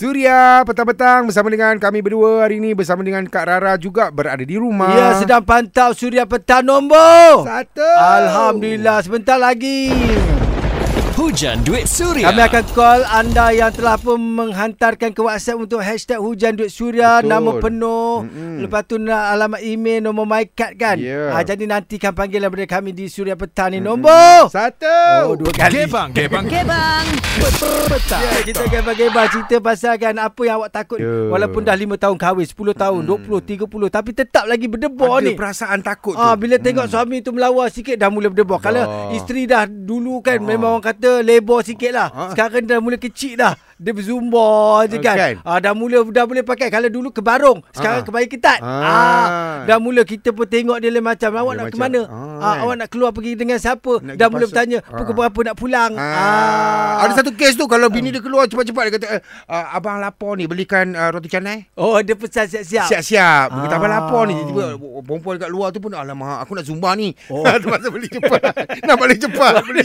Surya petang-petang bersama dengan kami berdua hari ini bersama dengan Kak Rara juga berada di rumah. Ya, sedang pantau Suria Petang nombor. Satu. Alhamdulillah, sebentar lagi. Hujan Ya. Duit Suria. Kami akan call anda yang telah pun menghantarkan ke WhatsApp untuk hashtag hujan duit suria, Betul. nama penuh. Mm-mm. Mm-mm. Lepas tu nak alamat email, nombor MyCard kan. Ya. Ah, jadi nanti kan panggil daripada kami di Suria Petang ni nombor. Satu. Oh, dua kali. Gebang, gebang, Gebang. petang. Ya, kita gebang-gebang cerita pasal kan apa yang awak takut Ya. Mm. walaupun dah 5 tahun kahwin, 10 tahun, 20, 30 tapi tetap lagi berdebar Ada ni. perasaan takut Ah tu. Ya. bila tengok hmm. suami tu melawa sikit dah mula berdebar. Kalau Dah. isteri dah dulu kan Ah. memang orang kata lebor sikit lah. Sekarang dah mula kecil dah. Dia berzumba je kan. Kan? Ah dah mula dah boleh pakai. Kalau dulu kebarung, sekarang Ah. kebaya ketat. Ah. Ah. dah mula kita pun tengok dia lain macam. Awak Lain nak ke macam. mana? Ah, Ah, kan? awak nak keluar pergi dengan siapa? Nak dah pergi mula pasar. bertanya Ah. pukul berapa nak pulang. Ah. Ada satu kes tu kalau bini dia keluar cepat-cepat dia kata "Eh, ah, abang lapar ni belikan ah, roti canai. Oh dia pesan siap-siap. Siap-siap. Dia kata abang Ah. lapar ni tiba-tiba perempuan dekat luar tu pun alamak aku nak zumba ni. Oh. Oh. Terpaksa beli cepat. nak balik cepat beli.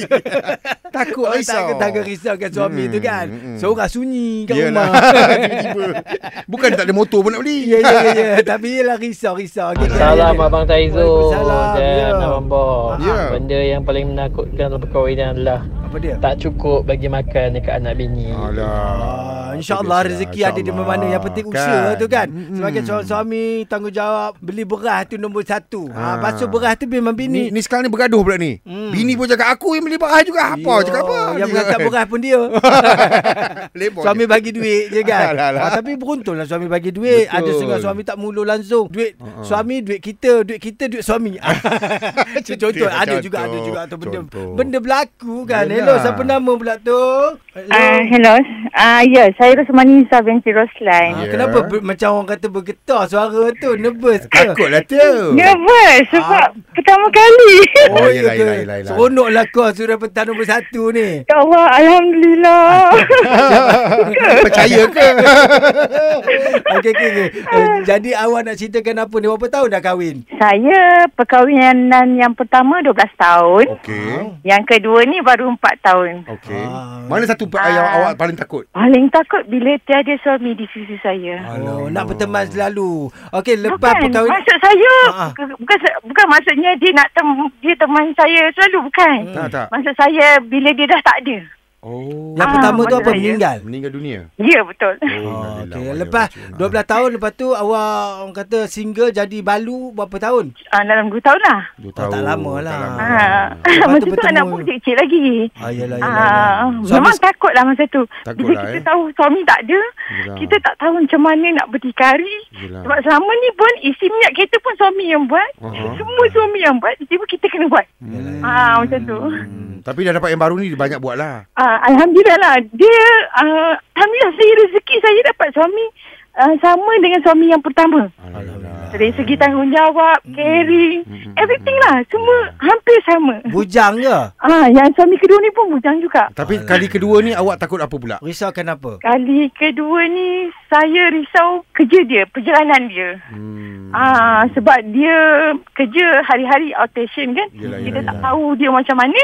Takut Oh, risau. takut takut risaukan suami Hmm, tu kan. hmm. Seorang sunyi kat Yelah. rumah. Tiba-tiba. Bukan tak ada motor pun nak beli. Ya, ya, ya, ya. Tapi yelah risau-risau. Okay, Salam Abang Taizo Waalaikumsalam, dan ya. Abang Bob. Ya. Benda yang paling menakutkan dalam perkahwinan adalah Apa dia? tak cukup bagi makan dekat anak bini. Alah. lah, Ah, InsyaAllah rezeki ada di mana-mana Yang penting usaha tu kan Sebagai seorang suami Tanggungjawab Beli beras tu nombor satu Ah. ha, Basuh beras tu memang Ni, bini ni sekarang ni bergaduh pula ni. Hmm. Bini pun cakap aku yang beli beras juga. Apa Ya, cakap apa? Yang mengangkat beras pun dia Lebor Suami dia. bagi duit je kan Alah, alah. ah, Tapi beruntung lah suami bagi duit Betul. Ah, Ada setengah suami tak mulu langsung Duit suami, duit kita Duit kita, duit suami Ah, Itu contoh Ada Contoh, juga, ada juga tu benda, contoh. benda berlaku kan Yelah. Hello, siapa nama pula tu? Hello Ah, hello. Ah, ya, saya Rosmani Nisa binti Roslan. Ah, Ya. Kenapa ber, macam orang kata bergetar suara tu Nervous ke? Takutlah tu. Nervous sebab pertama kali. Oh, Ah. Oh, yelah, ya ke? yelah, yelah, yelah. Seronoklah kau Surah Petang nombor satu ni ya Allah, Alhamdulillah. Ah. Percaya ke? Okey, okey, okey Eh, Jadi awak nak ceritakan apa ni Berapa tahun dah kahwin? saya perkahwinan yang pertama 12 tahun. Oh. Okey. Yang kedua ni baru 4 tahun. Okey. Ah. Mana satu pa- yang Ah. awak paling takut? Paling takut bila tiada suami di sisi saya. Oh, nak berteman selalu Okey, lepas Bukan, perkahwinan maksud saya Ah, ah. bukan, bukan bukan maksudnya dia nak tem, dia teman saya selalu bukan. Tak, Ah. tak. Maksud saya bila dia dah tak ada. Oh. Yang Ah, pertama tu maksud apa? saya. Meninggal? Meninggal dunia. Ya, betul. Oh, innalillahi okay. wa Lepas inna ilaihi 12 tahun Lepas tu awak Orang kata single Jadi balu Berapa tahun? Ah, dalam 2 tahun lah. raji'un. Dua tak tahun, lama lah. lama. Ah, Lepas tu masa tu bertemu. anak pun kecil-kecil lagi. Ah, yelah, Ah, Suami memang takut lah masa tu. Takut Bila lah, kita eh. tahu suami tak ada, Yelah. kita tak tahu macam mana nak berdikari. Yelah. Sebab selama ni pun isi minyak kereta pun suami yang buat. Aha. Semua suami yang buat. Tiba kita kena buat. Hmm. Ah, macam tu. Hmm. Tapi dah dapat yang baru ni banyak buat lah. Ah, Alhamdulillah lah. Dia, ah, Alhamdulillah saya rezeki saya dapat suami ah, sama dengan suami yang pertama. Alhamdulillah. Dari segi tanggungjawab, caring, Hmm. everything lah. Semua hampir sama. Bujang ke? Ah, yang suami kedua ni pun bujang juga. Tapi kali kedua ni awak takut apa pula? Risaukan apa? Kali kedua ni saya risau kerja dia, perjalanan dia. Hmm. Ah sebab dia kerja hari-hari outstation kan. Yelah, kita yelah, tak yelah. tahu dia macam mana.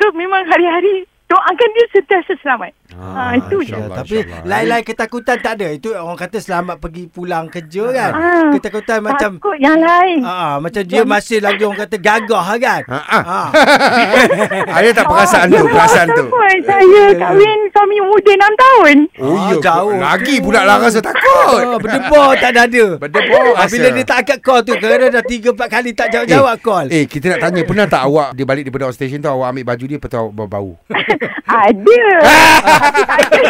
So memang hari-hari doakan dia sentiasa selamat. Ah, itu je. insyaAllah, Tapi insyaAllah. lain-lain ketakutan tak ada Itu orang kata selamat pergi pulang kerja kan Ah, Ketakutan macam Takut yang lain. Ah, ah, macam dia masih lagi orang kata gagah kan. Ha, ah. Ah. Ada tak perasaan Ah, tu? dia Perasaan tak tu? Eh, takut. Saya kahwin suami muda 6 tahun. Oh, Ah, ya. jauh Lagi tu. pula lah rasa takut. Ah, berdebar tak ada ada. Berdebar Ah, rasa. bila dia tak angkat call tu kerana dah 3 4 kali tak jawab-jawab call. Eh, kita nak tanya pernah tak awak dia balik daripada outstation tu awak ambil baju dia lepas tu awak berbau? Ada. tapi, tak ada.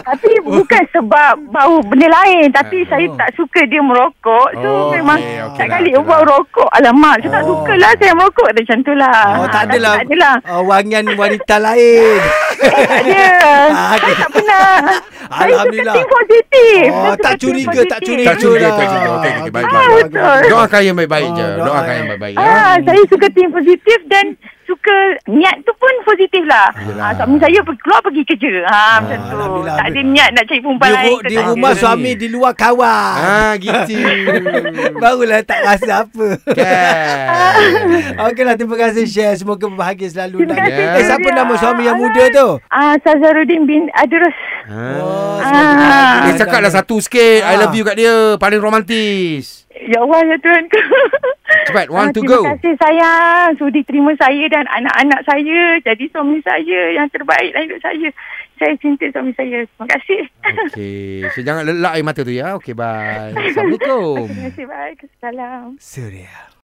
tapi bukan sebab bau benda lain. Ah, Tapi saya oh. tak suka dia merokok. So Oh, memang okey, okay, okey tak lah, kali okey bau lah. rokok. Alamak, saya tak Oh. suka lah saya merokok. Dia macam tu lah. Oh, tak adalah, Tak adalah. ah, wangian wanita lain. tak ada. Ah, saya okey. tak pernah. Alhamdulillah. Saya suka think positif. Saya Oh, suka tak think curiga, tak positif. curiga. Tak curiga, lah. tak curiga. Okey, okey, baik, Ah, baik, baik. betul. Doakan yang baik-baik je. Ah, Doakan doakan. yang baik-baik ya. Ah, saya suka tim positif dan suka niat tu pun positif lah. Yelah. Ah, suami saya per- keluar pergi kerja. Ha, macam tu. Alhamdulillah. Tak ada niat nak cari perempuan Di, lain. ru- ke di tak ada. rumah ada. suami di luar kawan. Ah, gitu. Barulah tak rasa apa. Kan. Okeylah lah, terima kasih share Semoga berbahagia selalu Terima Dan- kasih, Eh siapa Surya. nama suami yang Alah. muda tu? Ah, Sazaruddin bin Adrus. Ah. Oh, Ah. cakap lah satu sikit. I love you kat dia. Paling romantis. Ya Allah ya Tuhan Cepat, one Ah, to go. Terima kasih sayang Sudi terima saya dan anak-anak saya Jadi suami saya yang terbaik dalam hidup saya Saya cinta suami saya Terima kasih Okey. So jangan lelak air mata tu ya. Okey bye. Assalamualaikum. Terima kasih baik Salam Suria.